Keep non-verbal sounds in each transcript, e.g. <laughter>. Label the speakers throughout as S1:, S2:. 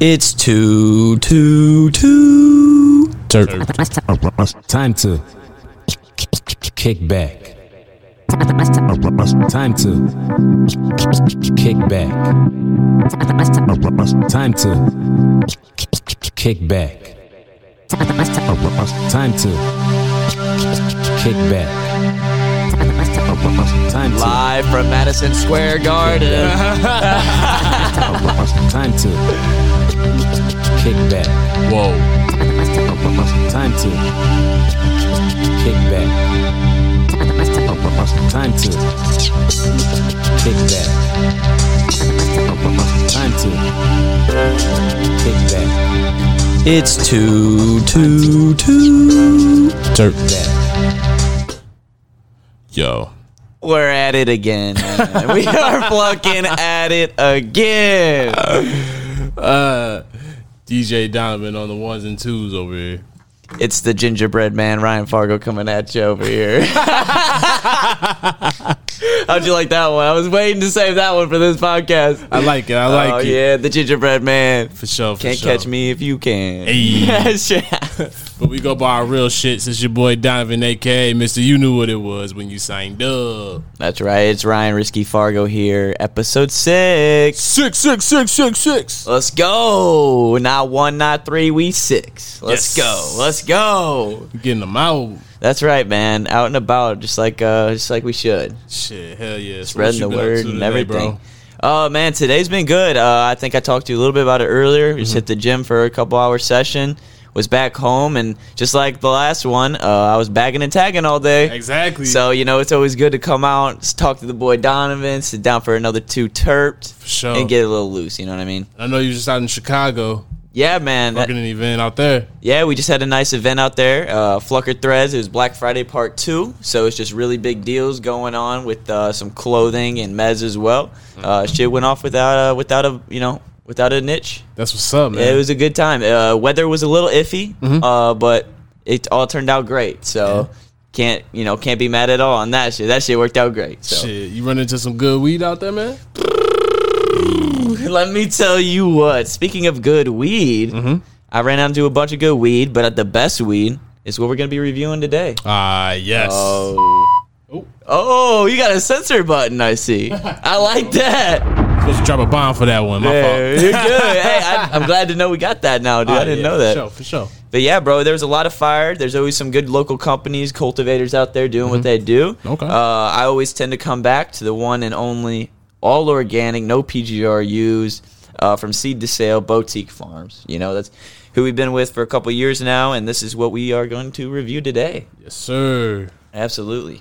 S1: It's two, two, two.
S2: Time to kick back. Time to kick back. Time to kick back. Time to kick back. Time to
S1: Live from Madison Square Garden.
S2: <laughs> time to kick back.
S3: Whoa.
S2: Time to kick back. Time to kick back. Time to kick back.
S1: It's two, two, two.
S2: Dirt back.
S3: Yo.
S1: We're at it again. man. we are fucking at it again.
S3: DJ Donovan on the ones and twos over here.
S1: It's the gingerbread man, Ryan Fargo, coming at you over here. How'd you like that one? I was waiting to save that one for this podcast.
S3: I like it. I like
S1: oh,
S3: it.
S1: yeah, the gingerbread man.
S3: For sure. For
S1: Can't
S3: sure.
S1: catch me if you can. <laughs>
S3: Hey.
S1: Shit.
S3: But we go by our real shit since your boy Donovan, aka Mr. You knew what it was when you signed up.
S1: That's right. It's Ryan Risky Fargo here, episode six.
S3: Six, six, six, six, six.
S1: Let's go. Not one, not three, we six. Let's
S3: Yes.
S1: go. Let's go.
S3: Getting them out.
S1: That's right, man. Out and about, just like uh, just like we should.
S3: Shit, hell yeah. So what
S1: spreading
S3: you
S1: the
S3: been up
S1: word
S3: to
S1: and
S3: today,
S1: everything.
S3: bro?
S1: Oh man, today's been good. Uh, I think I talked to you a little bit about it earlier.
S3: Mm-hmm.
S1: We Just hit the gym for a couple hour session. Was back home and just like the last one, uh, I was bagging and tagging all day.
S3: Exactly.
S1: So you know it's always good to come out, s- talk to the boy Donovan, sit down for another two terped,
S3: For sure.
S1: and get a little loose. You know what I mean?
S3: I know you just out in Chicago
S1: Yeah, man. that-
S3: working an event out there.
S1: yeah, we just had a nice event out there, uh, Flucker Threads. It was Black Friday Part Two, so it's just really big deals going on with uh, some clothing and meds as well. Uh, shit went off without uh, without a you know without a niche.
S3: That's what's up, man.
S1: It was a good time. Uh, weather was a little iffy,
S3: Mm-hmm.
S1: uh, but it all turned out great. So can't you know can't be mad at all on that shit. That shit worked out great. So
S3: Shit, you run into some good weed out there, man?
S1: <laughs> Let me tell you what. Speaking of good weed, I ran out into a bunch of good weed, but at the best weed is what we're gonna be reviewing today.
S3: Ah, yes.
S1: Oh.
S3: Oh.
S1: Oh, you got a censor button, I see. I like that.
S3: Supposed to drop a bomb for that one. My
S1: There,
S3: fault.
S1: you're good. Hey, I, I'm glad to know we got that
S3: <laughs>
S1: now, dude.
S3: Ah,
S1: I didn't
S3: yeah,
S1: know that.
S3: For sure, for sure.
S1: But yeah, bro, there's a lot of fire. There's always some good local companies, cultivators out there doing what they do.
S3: Okay.
S1: Uh, I always tend to come back to the one and only all organic, no PGR used, uh, from seed to sale, boutique farms. You know, that's who we've been with for a couple years now, and this is what we are going to review today.
S3: Yes, sir.
S1: Absolutely.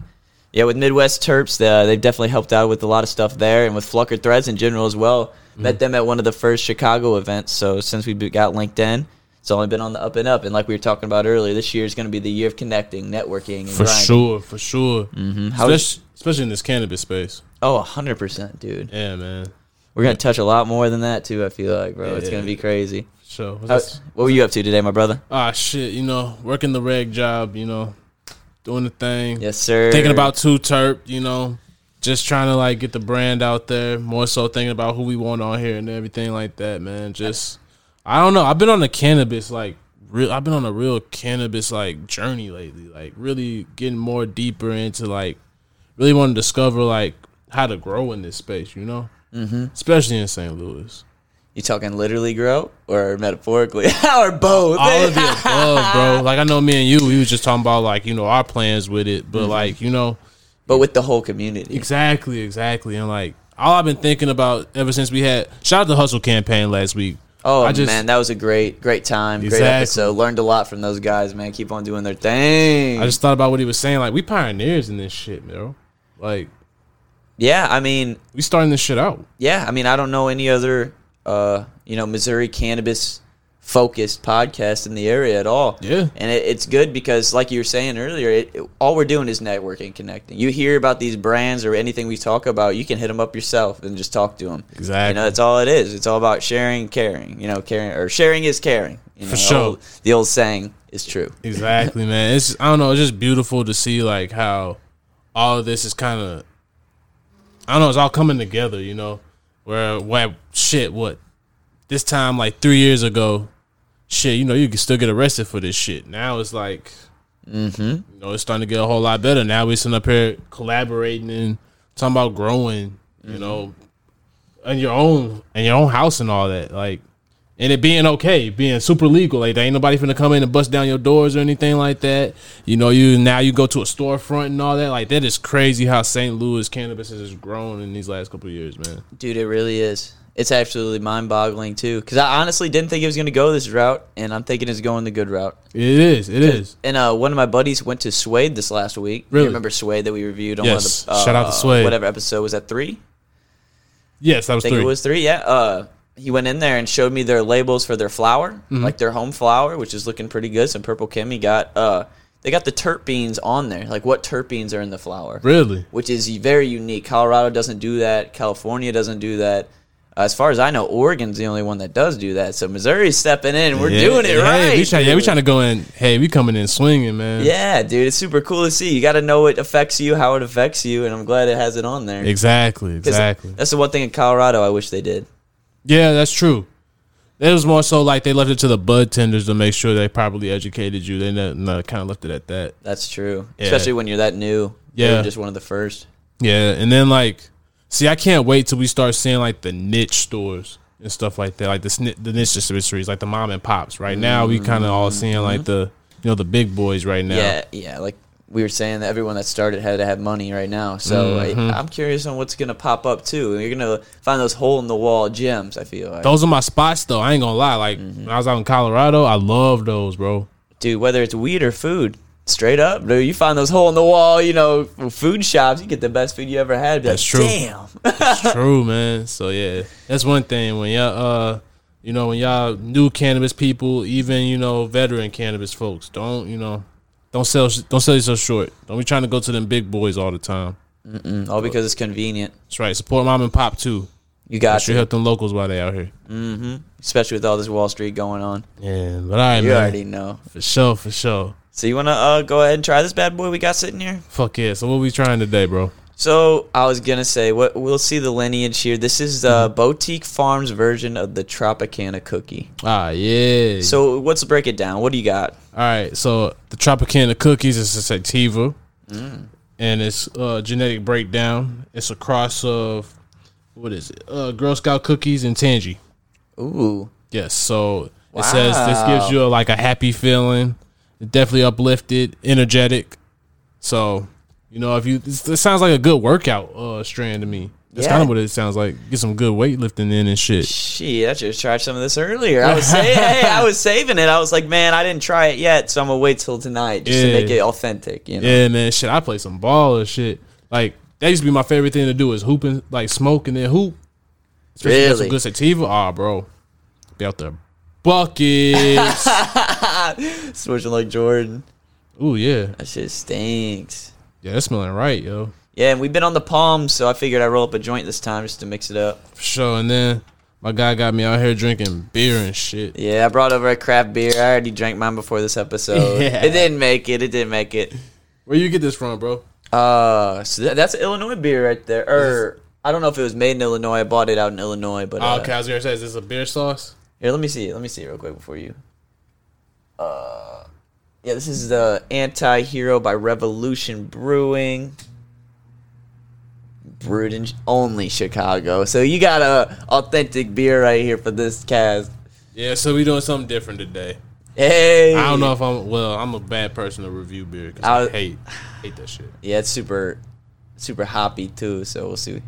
S1: Yeah, with Midwest Terps, uh, they've definitely helped out with a lot of stuff there, and with Flucker Threads in general as well.
S3: Mm-hmm.
S1: Met them at one of the first Chicago events. So since we be- got linked in, it's only been on the up and up. And like we were talking about earlier, this year is going to be the year of connecting, networking, and
S3: For
S1: grinding.
S3: sure, for sure. Mm-hmm.
S1: How is-
S3: Especially, especially in this cannabis space.
S1: Oh, 100%, dude.
S3: Yeah, man.
S1: We're going to touch a lot more than that, too, I feel like, bro. It's
S3: Yeah.
S1: going to be crazy.
S3: For sure. What's
S1: How-
S3: this?
S1: what were you up to today, my brother?
S3: Ah, shit. You know, working the reg job. You know, doing the thing.
S1: Yes, sir.
S3: Thinking about two terp. You know, just trying to like get the brand out there. More so thinking about who we want on here and everything like that, man. Just I don't know. I've been on the cannabis like real. I've been on a real cannabis like journey lately. Like really getting more deeper into like really want to discover like how to grow in this space. You know, mm-hmm. especially in St. Louis.
S1: You talking literally grow or metaphorically <laughs> or both?
S3: all <laughs> of the above, bro. Like I know me and you, we was just talking about like you know our plans with it, but like you know
S1: but with the whole community.
S3: exactly, exactly, and like all I've been thinking about ever since we had shout out the hustle campaign last week.
S1: Oh
S3: I just-
S1: man, that was a great, great time,
S3: Exactly.
S1: great episode. Learned a lot from those guys, man. Keep on doing their thing.
S3: I just thought about what he was saying. Like we pioneers in this shit, bro. Like
S1: yeah, I mean,
S3: we starting this shit out.
S1: yeah, I mean, I don't know any other, uh, you know, Missouri cannabis focused podcast in the area at all.
S3: Yeah.
S1: and it, it's good because, like you were saying earlier, it, it- all we're doing is networking, connecting. You hear about these brands or anything we talk about, you can hit them up yourself and just talk to them. You
S3: Exactly.
S1: know, that's all it is. It's all about sharing, caring. You know, caring or sharing is caring. You know,
S3: For sure.
S1: the old- the old saying is true.
S3: Exactly, man. It's I don't know. It's just beautiful to see like how all of this is kind of I don't know. It's all coming together, you know. Where what shit? What this time like three years ago, shit, you know, you can still get arrested for this shit. Now it's like, you know, it's starting to get a whole lot better. Now we're sitting up here collaborating and talking about growing, you know, and your own and your own house and all that. Like, and it being okay, being super legal. Like, there ain't nobody finna come in and bust down your doors or anything like that. You know, you now you go to a storefront and all that. Like, that is crazy how St. Louis cannabis has grown in these last couple of years, man.
S1: Dude, it really is. It's absolutely mind boggling, too. Because I honestly didn't think it was going to go this route, and I'm thinking it's going the good route.
S3: It is. It is.
S1: And uh, one of my buddies went to Suede this last week.
S3: Really?
S1: You remember Suede that we reviewed on
S3: Yes.
S1: one of the. Uh,
S3: Shout out to Suede.
S1: Whatever episode was that three?
S3: Yes, that was
S1: I think
S3: three.
S1: it was three, yeah. Uh, he went in there and showed me their labels for their flour,
S3: Mm-hmm.
S1: like their home flour, which is looking pretty good. Some purple Kim. He got. Uh, they got the terpenes on there, like what terpenes are in the flour.
S3: really?
S1: which is very unique. Colorado doesn't do that. California doesn't do that. As far as I know, Oregon's the only one that does do that. So Missouri's stepping in. We're doing it
S3: hey,
S1: right.
S3: We try, yeah, we
S1: dude.
S3: trying to go in. Hey, we coming in swinging, man.
S1: Yeah, dude, it's super cool to see. You got to know what affects you, how it affects you, and I'm glad it has it on there.
S3: Exactly.
S1: 'Cause
S3: Exactly.
S1: That's the one thing in Colorado I wish they did.
S3: Yeah, that's true. It was more so like they left it to the bud tenders to make sure they properly educated you. They kind of left it at that.
S1: That's true.
S3: Yeah.
S1: Especially when you're that new.
S3: Yeah.
S1: You're just one of the first.
S3: Yeah, and then like, see, I can't wait till we start seeing like the niche stores and stuff like that, like the sni- the niche dispensaries, like the mom and pops. Right now, we kind of all seeing like the you know the big boys right now.
S1: Yeah, yeah. Like we were saying, that everyone that started had to have money right now. So
S3: Mm-hmm.
S1: I, I'm curious on what's gonna pop up too. You're gonna find those hole in the wall gyms. I feel like,
S3: Those are my spots though. I ain't gonna lie. Like when I was out in Colorado, I love those, bro.
S1: dude, whether it's weed or food, straight up, dude, you find those hole in the wall, you know, food shops, you get the best food you ever had. Be
S3: That's
S1: like,
S3: true.
S1: Damn.
S3: True, man. So yeah, that's one thing when y'all, uh, you know, when y'all new cannabis people, even you know, veteran cannabis folks, don't you know, don't sell, don't sell yourself short. Don't be trying to go to them big boys all the time.
S1: Mm, All because it's convenient.
S3: That's right. Support mom and pop too.
S1: You got
S3: Should
S1: to,
S3: help them locals while they out here.
S1: especially with all this Wall Street going on.
S3: Yeah, but all right,
S1: You
S3: man.
S1: already know.
S3: For sure, for sure.
S1: So you wanna uh, go ahead and try this bad boy we got sitting here?
S3: Fuck yeah. So what we trying today, bro?
S1: So I was gonna say, what we'll see the lineage here. This is the
S3: Mm-hmm.
S1: boutique farms version of the Tropicana cookie.
S3: Ah yeah. So
S1: So let's break it down. What do you got?
S3: all right. So the Tropicana cookies is a sativa,
S1: Mm.
S3: and it's uh, genetic breakdown. It's a cross of what is it? Uh, Girl Scout cookies and tangy.
S1: Ooh,
S3: Yes. So it says this gives you a, like a happy feeling, definitely uplifted, energetic. So you know if you this, this sounds like a good workout uh, strand to me. That's
S1: Yeah.
S3: kind of what it sounds like. Get some good weightlifting in and shit.
S1: shit! I should have tried some of this earlier. I was
S3: <laughs>
S1: saying, hey, I was saving it. I was like, man, I didn't try it yet, so I'm gonna wait till tonight just to
S3: Yeah.
S1: make it authentic. You know,
S3: Yeah, man. Shit, I play some ball and shit. Like that used to be my favorite thing to do is hooping, like smoking and then hoop. Especially if you got
S1: Really?
S3: some good sativa. Ah, bro, be out there
S1: <laughs>
S3: buckets.
S1: switching like Jordan.
S3: Ooh yeah,
S1: That shit stinks.
S3: yeah. That's smelling right, yo.
S1: Yeah, and we've been on the palms, so I figured I'd roll up a joint this time just to mix it up.
S3: For sure. And then my guy got me out here drinking beer and shit.
S1: Yeah, I brought over a craft beer. I already drank mine before this episode.
S3: <laughs> Yeah.
S1: It didn't make it. It didn't make it.
S3: Where you get this from, bro?
S1: Uh, so that, that's Illinois beer right there. Or I don't know if it was made in Illinois. I bought it out in Illinois, but uh,
S3: Oh, okay, I was gonna say, is this a beer sauce?
S1: here, let me see. it. Let me see it real quick before you. Uh, yeah, this is the Anti-Hero by Revolution Brewing. Brewed in only Chicago, so you got a authentic beer right here for this cast.
S3: Yeah, so we doing something different today.
S1: Hey,
S3: I don't know if I'm well. I'm a bad person to review beer because
S1: I
S3: I,
S1: was-
S3: hate hate that shit.
S1: Yeah, it's super, super hoppy too. So we'll see.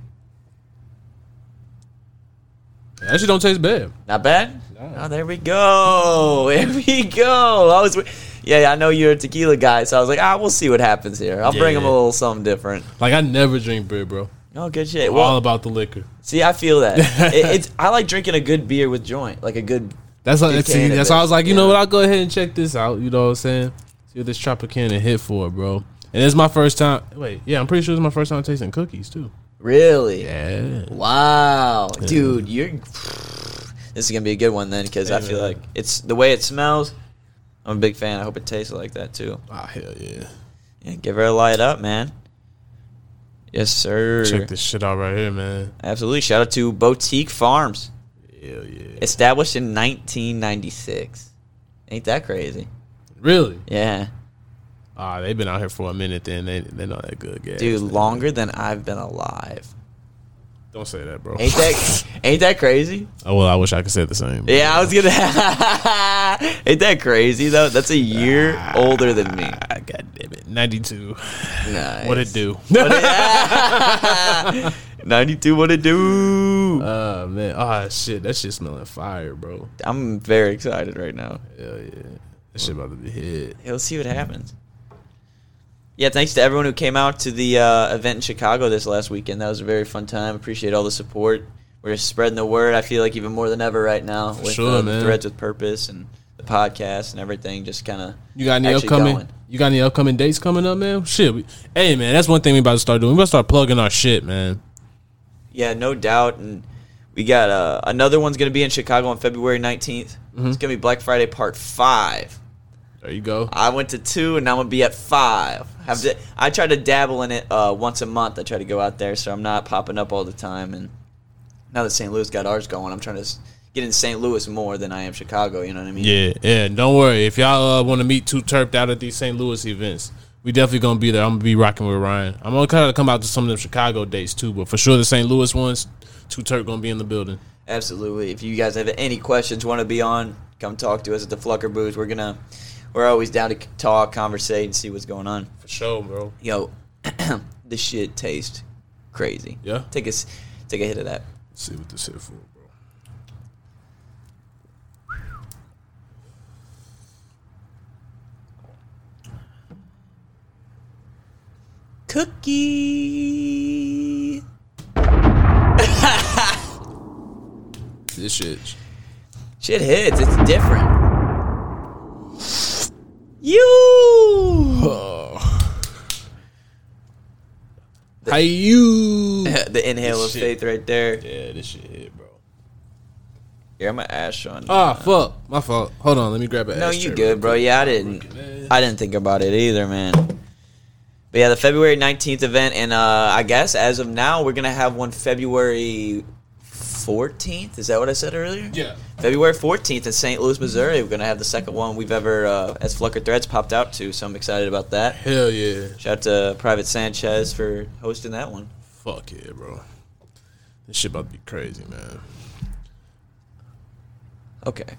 S3: That shit don't taste bad.
S1: Not bad. Oh, there we go. <laughs> There we go. I was, yeah, I know you're a tequila guy, so I was like, ah, we'll see what happens here. I'll bring him a
S3: Yeah.
S1: little something different.
S3: Like I never drink beer, bro.
S1: Oh, good shit.
S3: All
S1: Well,
S3: about the liquor.
S1: see, I
S3: <laughs>
S1: feel that. it, it's I like drinking a good beer with joint, like a good.
S3: That's like
S1: Buchanan,
S3: see, that's why I was like, you know
S1: yeah.
S3: what? I'll go ahead and check this out. You know what I'm saying? See what this Tropicana hit for, bro. And it's my first time. Wait, yeah, I'm pretty sure it's my first time tasting cookies too.
S1: Really?
S3: Yeah.
S1: Wow, dude, you're. This is gonna be a good one then, because I
S3: Hey,
S1: feel
S3: man.
S1: like it's the way it smells. I'm a big fan. I hope it tastes like that too.
S3: Ah, hell yeah.
S1: Yeah, give her a light up, man. Yes, sir.
S3: Check this shit out right here, man.
S1: Absolutely. Shout out to Boutique Farms.
S3: Hell yeah.
S1: Established in 1996. Ain't that crazy?
S3: Really?
S1: Yeah.
S3: Ah, they've been out here for a minute. Then they they know that good gas.
S1: Dude, longer than I've been alive.
S3: don't say that, bro.
S1: Ain't that <laughs> ain't that crazy?
S3: oh well, I wish I could say the same.
S1: Yeah, I was gonna. <laughs> ain't that crazy though? That's a year older than me.
S3: Ah, God damn it, ninety two.
S1: Nice.
S3: What it do?
S1: 92. What it do?
S3: Oh man, <laughs> ah shit, that shit smelling fire, bro.
S1: I'm very excited right now.
S3: Hell yeah, that shit about to be hit.
S1: Yeah, let's see what happens. Yeah, thanks to everyone who came out to the uh, event in Chicago this last weekend. That was a very fun time. Appreciate all the support. We're just spreading the word. I feel like even more than ever right now with
S3: sure,
S1: uh,
S3: man.
S1: threads with purpose and the podcast and everything. Just kind of
S3: You got any upcoming? You got any upcoming dates coming up, man? Shit, we, hey man, that's one thing we about to start doing. We about to start plugging our shit, man.
S1: Yeah, no doubt. And we got uh, another one's going to be in Chicago on February 19th. It's going to be Black Friday Part 5.
S3: There you go.
S1: I went to two, and I'm gonna be at five. Have to, I try to dabble in it uh, once a month. I try to go out there, so I'm not popping up all the time. And now that St. Louis got ours going, I'm trying to s- get in St. Louis more than I am Chicago. You know what I mean?
S3: Yeah, yeah. and Don't worry if y'all uh, want to meet two turped out at these St. Louis events. We definitely gonna be there. I'm gonna be rocking with Ryan. I'm gonna kind of come out to some of them Chicago dates too, but for sure the St. Louis ones, two turp gonna be in the building.
S1: Absolutely. If you guys have any questions, want to be on, come talk to us at the Flucker booth. We're gonna, we're always down to c- talk, conversate, and see what's going on.
S3: For sure, bro.
S1: Yo, <clears throat> this shit tastes crazy.
S3: Yeah.
S1: Take a s- take a hit of that.
S3: see what this here for, bro.
S1: Cookie.
S3: This shit.
S1: Shit hits. It's different. You.
S3: Hey
S1: <laughs>
S3: you.
S1: <laughs> the inhale of
S3: Shit.
S1: faith right there.
S3: yeah, this shit hit, bro.
S1: Here, I'm gonna ash on.
S3: Ah, fuck. My fault. Hold on, let me grab an
S1: no,
S3: ashtray
S1: you
S3: real
S1: good, bro?
S3: quick.
S1: Yeah, I didn't. I didn't think about it either, man. But yeah, the February 19th event, and uh, I guess as of now, we're gonna have one February 14th. Is that what I said earlier?
S3: Yeah.
S1: February 14th in St. Louis, Missouri. We're gonna have the second one we've ever, uh, as Flucker Threads popped out to. So I'm excited about that.
S3: Hell yeah.
S1: Shout out to Private Sanchez for hosting that one.
S3: Fuck yeah, bro. This shit about to be crazy, man.
S1: Okay.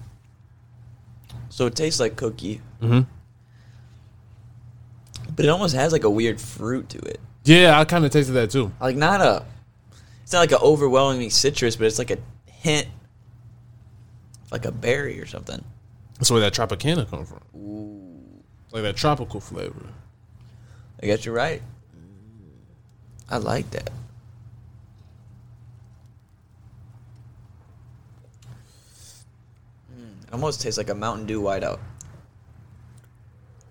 S1: So it tastes like cookie,
S3: Mhm.
S1: but it almost has like a weird fruit to it.
S3: Yeah, I kind of tasted that too.
S1: Like not a, it's not like an overwhelming citrus, but it's like a hint, like a berry or something.
S3: That's where that Tropicana come from. Like that tropical flavor.
S1: I guess you're right. I like that. Mm, it almost tastes like a Mountain Dew whiteout.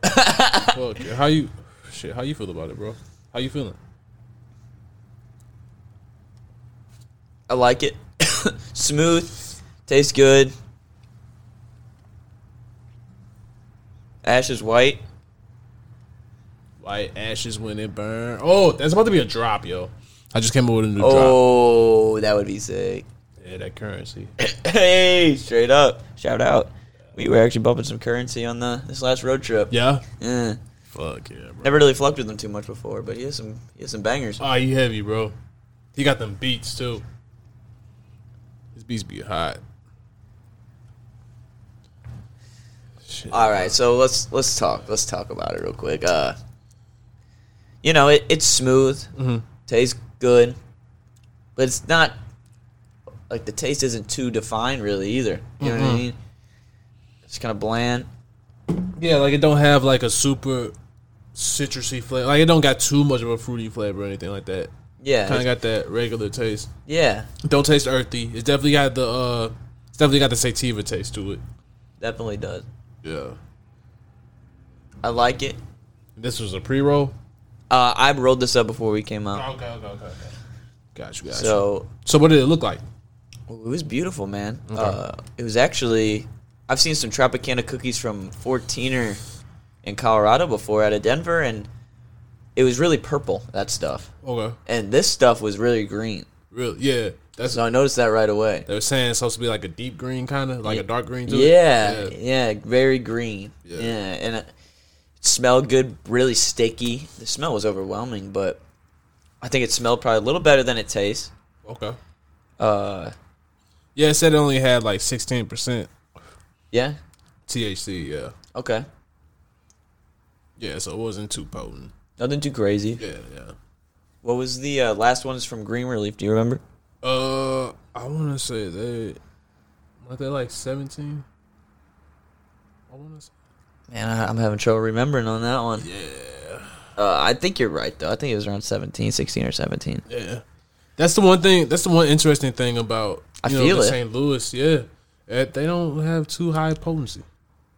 S3: Fuck yeah. How you, shit? How you feel about it, bro? How you feeling?
S1: I like it. <coughs> Smooth, tastes good. Ash is white.
S3: White ashes when it burn. Oh, that's about to be a drop, yo. I just came up with a new
S1: Oh, that would be sick. <laughs>
S3: drop. Yeah, that currency.
S1: Hey, straight up. Shout out. We were actually bumping some currency on the this last road trip.
S3: Yeah.
S1: Eh,
S3: Fuck yeah, bro.
S1: never really fucked with him too much before, but he has some he has some bangers.
S3: Oh, he heavy, bro. He got them beats too. His beats be hot. Shit.
S1: All right, so let's let's talk. Let's talk about it real quick. Uh, you know, it, it's smooth, tastes good, but it's not like the taste isn't too defined really either. You know what I mean? It's kind of bland.
S3: Yeah, like it don't have like a super citrusy flavor. Like it don't got too much of a fruity flavor or anything like that.
S1: Yeah,
S3: Kind of
S1: it's-
S3: got that regular taste.
S1: yeah,
S3: Don't taste earthy. It's definitely got the uh, it's definitely got the sativa taste to it.
S1: definitely does.
S3: Yeah.
S1: I like it.
S3: This was a pre roll.
S1: Uh, I rolled this up before we came out,
S3: Okay, okay, okay. Got you, got you.
S1: so
S3: So what did it look like?
S1: Well, it was beautiful, man. Uh, it was actually I've seen some Tropicana cookies from 14er in Colorado before out of Denver, and it was really purple that stuff,
S3: Okay.
S1: and this stuff was really green.
S3: Really? Yeah. That's
S1: So I noticed that right away.
S3: they were saying it's supposed to be like a deep green kind of like a dark green. to it.
S1: Yeah, yeah, very green.
S3: Yeah.
S1: Yeah, and it smelled good, really sticky. The smell was overwhelming, but I think it smelled probably a little better than it tastes.
S3: Okay.
S1: Uh,
S3: Yeah, it said it only had like sixteen percent
S1: yeah,
S3: THC. Yeah.
S1: okay,
S3: Yeah. So it wasn't too potent.
S1: nothing too crazy.
S3: Yeah. Yeah.
S1: What was the uh, last one? Is from Green Relief. Do you remember?
S3: Uh, I want to say they, were they like seventeen? I want to say
S1: Man, I, I'm having trouble remembering on that one. Yeah. Uh, I think you're right though. I think it was around 17, 16 or 17.
S3: yeah. That's the one thing. That's the one interesting thing about you
S1: I
S3: know
S1: feel
S3: the
S1: it.
S3: St. Louis. Yeah, that they don't have too high potency.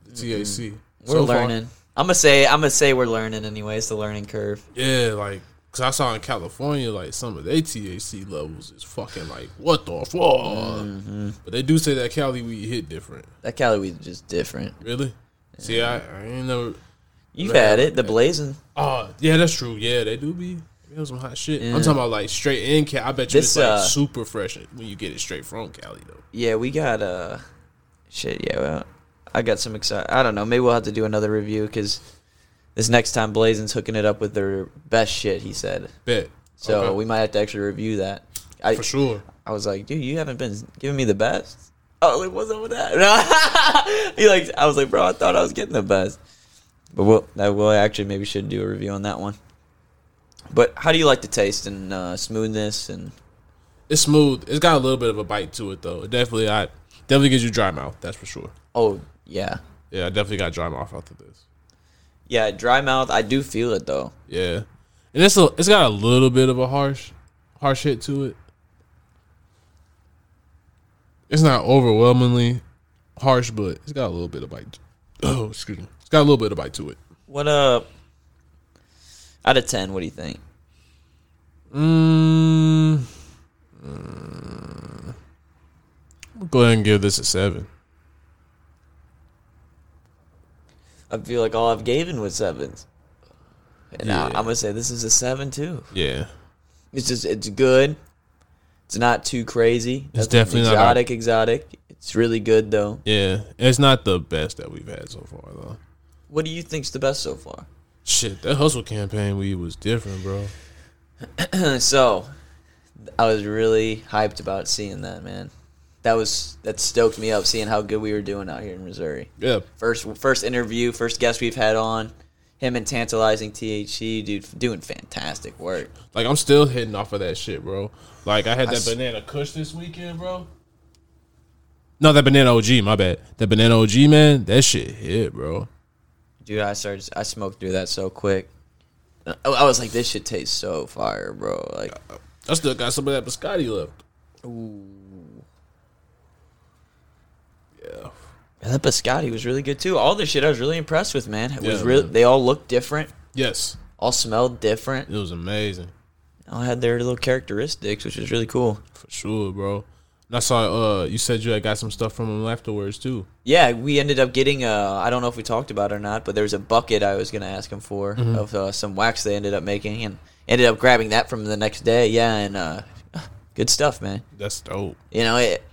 S3: The THC.
S1: We're
S3: So far.
S1: learning. I'm gonna say I'm gonna say we're learning anyway. It's the learning curve.
S3: Yeah, like because I saw in California, like some of their THC levels is fucking like what the fuck.
S1: Mm-hmm.
S3: But they do say that Cali weed hit different.
S1: That Cali weed is just different.
S3: Really? See, I, I ain't never.
S1: You've
S3: Man.
S1: had it, the blazing.
S3: Oh, yeah, that's true. Yeah, they do be. They have some hot shit.
S1: Yeah.
S3: I'm talking about like straight in Cali. I bet you
S1: This,
S3: it's like
S1: uh,
S3: super fresh when you get it straight from Cali though.
S1: Yeah, we got uh, shit. Yeah, well, I got some excited. I don't know. Maybe we'll have to do another review because this next time Blazin's hooking it up with their best shit. He said
S3: Bet.
S1: so.
S3: Okay.
S1: We might have to actually review that. I
S3: for sure.
S1: I was like, dude, you haven't been giving me the best. Oh, like what's up with that? <laughs> he like, I was like, bro, I thought I was getting the best. But we'll that will actually maybe should do a review on that one. But how do you like the taste and uh, smoothness and
S3: It's smooth. It's got a little bit of a bite to it though. It definitely, I definitely gives you dry mouth. That's for sure.
S1: oh yeah
S3: Yeah, I definitely got dry mouth after this.
S1: yeah dry mouth I do feel it though
S3: Yeah, and it's a, it's got a little bit of a harsh, harsh hit to it. It's not overwhelmingly harsh, but it's got a little bit of bite. <coughs> Oh, excuse me. It's got a little bit of bite to it.
S1: what uh out of ten what do you think
S3: Mm, mm, I'll go ahead and give this a seven.
S1: I feel like all I've given was sevens and I, I'm
S3: Yeah.
S1: gonna say this is a seven too
S3: Yeah,
S1: It's just it's good. It's not too crazy.
S3: It's
S1: Nothing
S3: definitely not
S1: exotic. exotic. It's really good though.
S3: yeah. It's not the best that we've had so far though.
S1: What do you think's the best so far? <clears throat>
S3: Shit, that hustle campaign we was different, bro.
S1: so, I was really hyped about seeing that man. That was that stoked me up seeing how good we were doing out here in Missouri.
S3: Yeah,
S1: First first interview, first guest we've had on. Him and tantalizing THC, dude, doing fantastic work.
S3: Like I'm still hitting off of that shit, bro. Like I had that
S1: s-
S3: banana kush this weekend, bro. No, that banana OG, my bad. That banana OG, man, that shit hit, bro.
S1: Dude, I started. I smoked through that so quick. I, I was like, this shit tastes so fire, bro. Like,
S3: I still got some of that biscotti left. Ooh.
S1: And that biscotti was really good too. All this shit I was really impressed with, man. It was
S3: Yeah,
S1: real
S3: man.
S1: they all looked different,
S3: Yeah. Yes.
S1: all smelled different,
S3: It was amazing.
S1: all had their little characteristics, which was really cool.
S3: For sure, bro. And I saw uh you said you had got some stuff from him afterwards too.
S1: Yeah, we ended up getting. Uh, I don't know if we talked about it or not, but there was a bucket I was gonna ask him for
S3: Mm-hmm.
S1: of uh, some wax they ended up making, and ended up grabbing that from the next day. Yeah, and uh, <laughs> good stuff, man.
S3: That's dope.
S1: you know it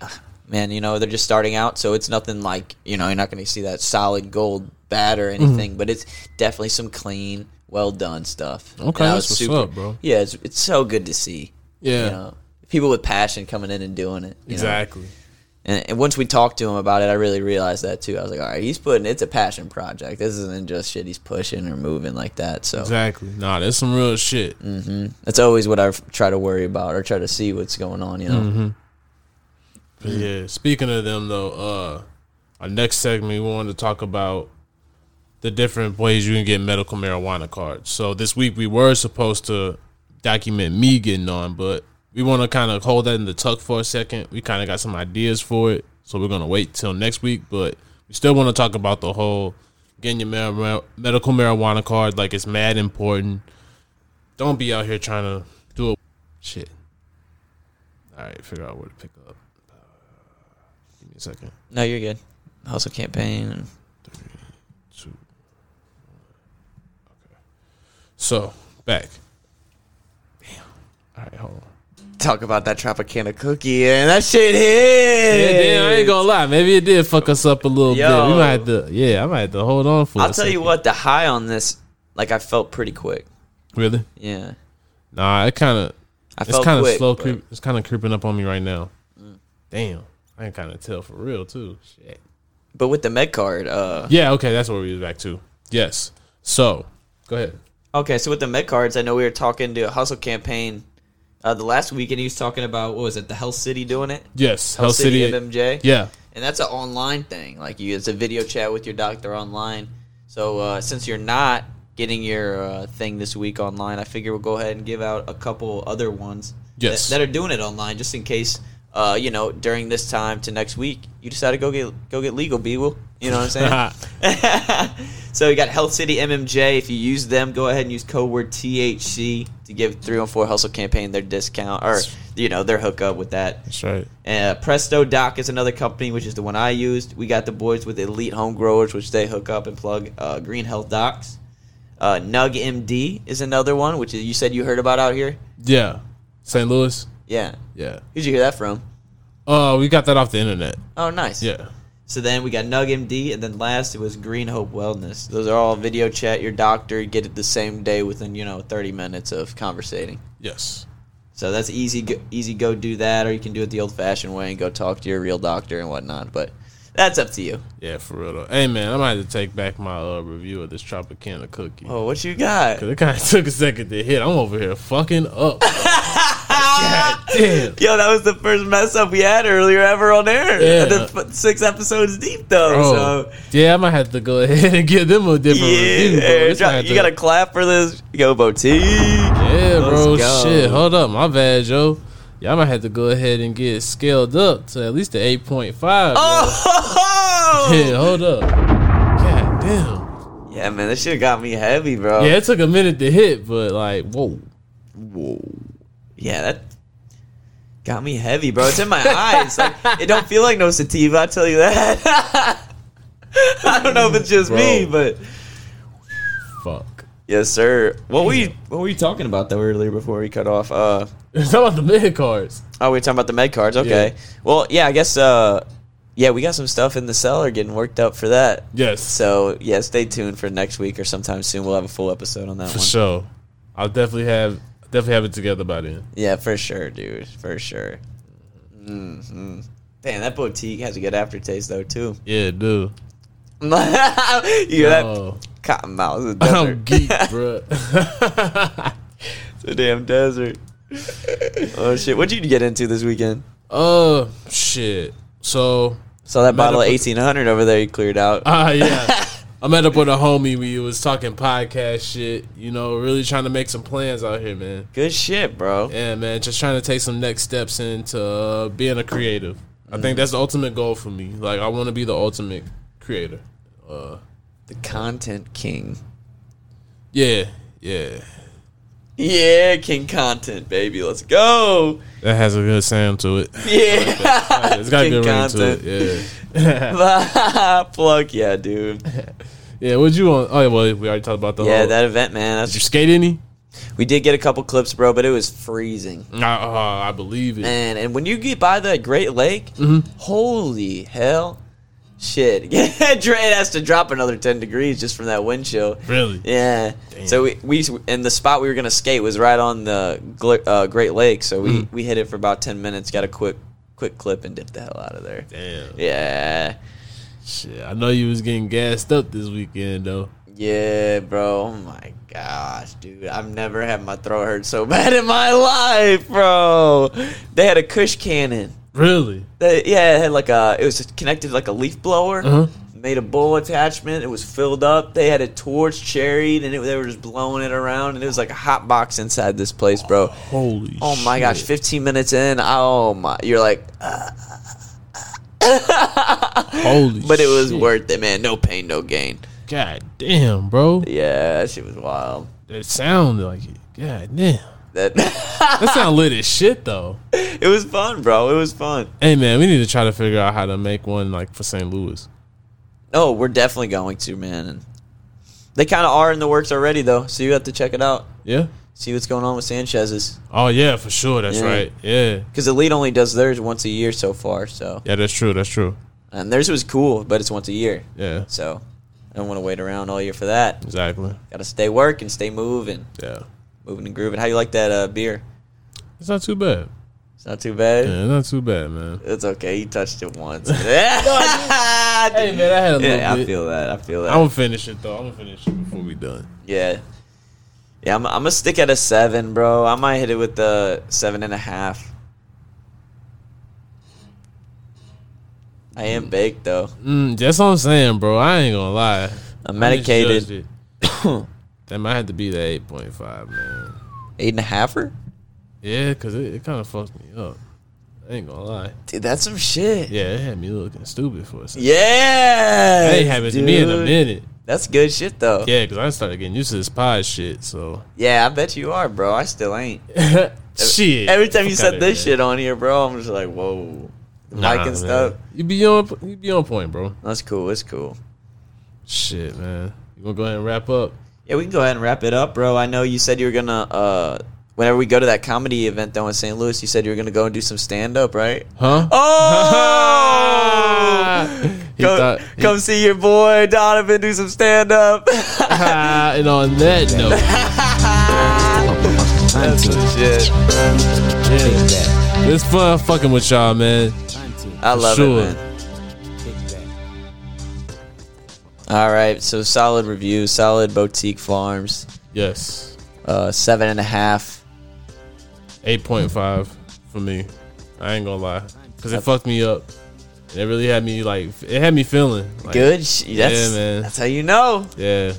S1: man you know they're just starting out so it's nothing like you know you're not going to see that solid gold bat or
S3: Mm-hmm.
S1: anything but it's definitely some clean well done stuff And
S3: Okay,
S1: I
S3: that's
S1: was
S3: what's up, bro.
S1: yeah it's, it's so good to see
S3: Yeah.
S1: you know people with passion coming in and doing it you know?
S3: Exactly.
S1: and, and once we talked to him about it i really realized that too i was like all right he's putting it's a passion project this isn't just shit he's pushing or moving like that so
S3: Exactly. Nah, that's some real shit.
S1: that's always what i f- try to worry about or try to see what's going on you know
S3: Mm-hmm. But yeah, speaking of them though, uh our next segment we wanted to talk about the different ways you can get medical marijuana cards. So this week we were supposed to document me getting on, but we want to kind of hold that in the tuck for a second. We kind of got some ideas for it, so we're gonna wait till next week. But we still want to talk about the whole getting your mar- mar- medical marijuana card. Like it's mad important. Don't be out here trying to do a shit. All right, figure out where to pick up. Give me a second.
S1: no you're good hustle campaign and
S3: two. Okay. So back. Damn. All right, hold on.
S1: talk about that Tropicana cookie and that shit hit.
S3: Yeah, damn, I ain't gonna lie. Maybe it did fuck us up a little bit.
S1: Yo.
S3: We might have to, yeah, I might have to hold on for.
S1: I'll tell you what, the high on this, like I felt pretty quick.
S3: Really?
S1: Yeah,
S3: Nah, it kind of.
S1: I
S3: It's
S1: felt
S3: kind of
S1: quick,
S3: slow.
S1: but- Mm.
S3: Creep, it's kind of creeping up on me right now. Damn, I can kind of tell for real too. Shit.
S1: But with the med card, uh,
S3: Yeah. Okay, that's where we was back to. Yes. So, go ahead.
S1: okay. So with the med cards, I know we were talking to a hustle campaign uh, the last week, and he was talking about what was it, the Hell City doing it,
S3: Yes, Hell City. <laughs>
S1: MMJ.
S3: yeah.
S1: and that's an online thing. Like you, it's a video chat with your doctor online. So uh, since you're not getting your uh, thing this week online, I figure we'll go ahead and give out a couple other ones
S3: Yes.
S1: that, that are doing it online, just in case. Uh, you know, during this time to next week, you decide to go get go get legal, Beeble. You know what I'm
S3: <laughs>
S1: saying? <laughs> so we got Health City MMJ. If you use them, go ahead and use code word THC to give 314 Hustle Campaign their discount or you know their hookup with that.
S3: That's right.
S1: Uh, Presto Doc is another company, which is the one I used. We got the boys with Elite Home Growers, which they hook up and plug uh, Green Health Docs. Uh, Nug MD is another one, which is, you said you heard about out here.
S3: Yeah. St. Louis.
S1: Yeah.
S3: Yeah.
S1: Who'd you hear that from?
S3: Oh, we got that off the internet.
S1: Oh, nice.
S3: Yeah.
S1: So then we got Nug MD, and then last it was Green Hope Wellness. Those are all video chat. Your doctor get it the same day within you know 30 minutes of conversating.
S3: Yes.
S1: So that's easy. Go, easy go do that, or you can do it the old-fashioned way and go talk to your real doctor and whatnot. But that's up to you.
S3: Yeah, for real though. Hey man, I might have to take back my uh, review of this Tropicana cookie.
S1: Oh, what you got?
S3: Cause it kind of <laughs> took a second to hit. I'm over here fucking
S1: <laughs>
S3: up. God damn.
S1: Yo, that was the first mess up we had earlier ever on air.
S3: Yeah.
S1: And the f- six episodes deep though.
S3: Bro.
S1: So
S3: Yeah, I might have to go <laughs> ahead and give them a different review.
S1: yeah,
S3: Bro.
S1: hey,
S3: This
S1: drop-
S3: might have
S1: you
S3: to-
S1: gotta clap for this. Yo, boutique.
S3: Yeah,
S1: Let's
S3: bro.
S1: go.
S3: Shit, hold up. My bad, yo. Y'all might have to go ahead and get scaled up to at least the 8.5.
S1: Oh,
S3: Oh. <laughs> Yeah, hold up. God damn.
S1: yeah, man, this shit got me heavy, bro.
S3: Yeah, it took a minute to hit, but like, whoa.
S1: Whoa. Yeah, that got me heavy, bro. It's in my eyes. Like it don't feel like no sativa. I tell you that. <laughs> I don't know if it's just me, but
S3: Fuck. <laughs>
S1: yes, sir. What were you What were you talking about though earlier before we cut off? Uh.
S3: It's about the mid cards.
S1: Oh, we were talking about the med cards. Okay. Well, yeah, I guess. Uh, yeah, we got some stuff in the cellar getting worked up for that.
S3: Yes.
S1: So yeah, stay tuned for next week or sometime soon. We'll have a full episode on that
S3: for
S1: one.
S3: sure. I'll definitely have definitely have it together by then.
S1: Yeah, for sure, dude. For sure. hmm Damn, that boutique has a good aftertaste though too. <laughs>
S3: Yeah, dude.
S1: you hear that
S3: Oh,
S1: cotton mouth? It's a
S3: <laughs> I'm
S1: desert. <laughs>
S3: geek, <laughs> bro.
S1: It's a damn desert. oh shit! What'd you get into this weekend?
S3: Oh shit. So <laughs>
S1: Saw that bottle of
S3: Medical-
S1: eighteen hundred over there you cleared out.
S3: Ah, yeah. I met up with a homie. We was talking podcast shit. You know, really trying to make some plans out here, man.
S1: good shit, bro.
S3: Yeah, man. Just trying to take some next steps into uh, being a creative. I think that's the ultimate goal for me. Like, I want to be the ultimate creator. Uh,
S1: The content king.
S3: yeah, yeah.
S1: Yeah, King Content, baby. Let's go.
S3: That has a good sound to it.
S1: Yeah. <laughs>
S3: It's got a
S1: King
S3: good ring to
S1: content.
S3: it.
S1: Plug, yeah, dude.
S3: Yeah. Yeah. What you on? Oh, yeah, well, we already talked about the
S1: Yeah,
S3: whole.
S1: that event, man.
S3: Did you
S1: That's,
S3: skate any?
S1: we did get a couple clips, bro, but it was freezing.
S3: I, uh, I believe it.
S1: Man, and when you get by the Great Lake,
S3: Mm-hmm.
S1: holy hell. Shit. <laughs> Dre has to drop another 10 degrees just from that wind chill.
S3: Really?
S1: Yeah. So we, we and the spot we were gonna skate was right on the gl- uh, Great Lake. So we,
S3: Mm-hmm.
S1: we hit it for about ten minutes, got a quick quick clip, and dipped the hell out of there.
S3: Damn.
S1: Yeah.
S3: Shit. I know you was getting gassed up this weekend though.
S1: Yeah, bro. Oh my gosh, dude. I've never had my throat hurt so <laughs> bad in my life, bro. They had a Kush cannon.
S3: Really?
S1: They, yeah, it had like a. It was connected like a leaf blower.
S3: Uh-huh.
S1: Made a bowl attachment. It was filled up. They had a torch cherried, and it, they were just blowing it around. And it was like a hot box inside this place, bro.
S3: Holy.
S1: Oh my gosh, 15 minutes in. Oh my. You're like,
S3: Ah, Holy.
S1: but it was
S3: shit.
S1: worth it, man. No pain, no gain.
S3: God damn, bro.
S1: Yeah, that shit was wild.
S3: That sounded like it. God damn.
S1: That <laughs>
S3: That sound lit as shit though.
S1: it was fun, bro. It was fun.
S3: Hey man, we need to try to figure out how to make one like for St. Louis.
S1: Oh, we're definitely going to, man. And they kind of are in the works already, though, so you have to check it out.
S3: Yeah.
S1: see what's going on with Sanchez's
S3: Oh yeah, for sure. That's
S1: Yeah.
S3: right. Yeah,
S1: because Elite only does theirs once a year so far. So
S3: yeah, that's true. That's true.
S1: and theirs was cool, but it's once a year.
S3: Yeah,
S1: So I don't want to wait around all year for that.
S3: exactly.
S1: Got to stay working, stay moving,
S3: Yeah,
S1: moving and grooving. How you like that uh, beer?
S3: it's not too bad.
S1: It's not too bad.
S3: Yeah, not too bad, man.
S1: It's okay. You touched it
S3: <laughs>
S1: once. <laughs> hey
S3: Hey man, I had a little
S1: Yeah, I
S3: bit.
S1: feel that. I feel that.
S3: I'm gonna finish it though. I'm gonna finish it before we done.
S1: Yeah. Yeah, I'm, I'm gonna stick at a seven, bro. I might hit it with the seven and a half. I am baked though.
S3: Mm, that's what I'm saying, bro. I ain't gonna lie.
S1: I'm
S3: I just judged
S1: medicated.
S3: it.
S1: <coughs>
S3: that might have to be the eight point five, man.
S1: Eight and a halfer?
S3: Yeah, cause it, it kind of fucked me up. I ain't gonna lie.
S1: Dude, that's some shit.
S3: Yeah, it had me looking stupid for a second.
S1: Yeah.
S3: that ain't happened to me in a
S1: dude.
S3: minute.
S1: That's good shit though. Yeah.
S3: Yeah, cause I started getting used to this pie shit. So
S1: I bet you are, bro. I still ain't.
S3: shit.
S1: <laughs> Every time you
S3: Fuck
S1: said
S3: outta
S1: this
S3: here.
S1: shit on here, bro, I'm just like, whoa. The
S3: Nah,
S1: mic and
S3: man.
S1: stuff.
S3: You be on. You be on point, bro.
S1: That's cool. It's cool.
S3: Shit, man. You gonna go ahead and wrap up?
S1: Yeah, we can go ahead and wrap it up, bro. I know you said you were gonna uh whenever we go to that comedy event down in St. Louis, you said you were gonna go and do some stand up,
S3: <laughs>
S1: right?
S3: Huh? <laughs>
S1: Oh
S3: He
S1: Go-
S3: thought- he-
S1: come see your boy Donovan do some stand <laughs> up.
S3: and on
S1: <laughs>
S3: that note,
S2: Time to
S1: Shit.
S3: yeah,
S2: kick back.
S3: it's fun fucking with y'all, man.
S2: Time to
S1: I love
S3: Sure.
S1: it, man.
S2: kick back.
S1: All right, so solid review, solid boutique farms,
S3: Yes,
S1: uh seven and a half.
S3: eight point five for me. I ain't gonna lie, cause it fucked me up. And It really had me like it had me feeling like,
S1: Good sh-
S3: Yeah,
S1: that's,
S3: man.
S1: that's how you know.
S3: Yeah,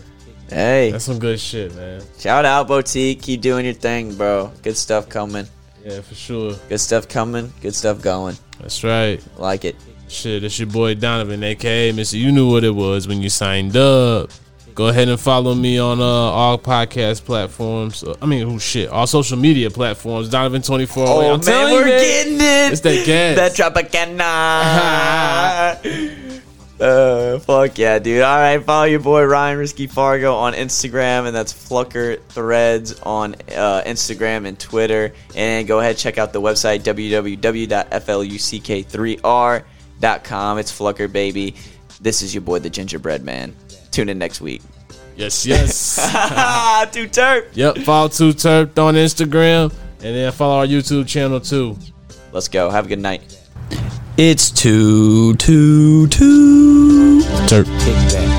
S1: Hey.
S3: that's some good shit, man.
S1: shout out boutique. Keep doing your thing, bro. Good stuff coming.
S3: Yeah, for sure.
S1: Good stuff coming. Good stuff going.
S3: That's right.
S1: Like it.
S3: Shit, it's your boy Donovan, aka Mr. You knew what it was when you signed up. Go ahead and follow me on uh, all podcast platforms. Uh, I mean, oh shit, all social media platforms. Donovan twenty four.
S1: Oh, man, we're getting it.
S3: It's that gas.
S1: That Tropicana. <laughs> uh, fuck yeah, dude. All right, follow your boy Ryan Risky Fargo on Instagram, and that's Flucker Threads on uh, Instagram and Twitter. And go ahead, check out the website, www.fluck3r.com. It's Flucker, baby. This is your boy, the Gingerbread Man. Tune in next week.
S3: Yes, yes.
S1: <laughs> Two turp.
S3: yep. Follow Two Turped on Instagram, and then follow our YouTube channel too.
S1: Let's go. Have a good night. It's two, two, two.
S3: Turp.
S2: Kick back.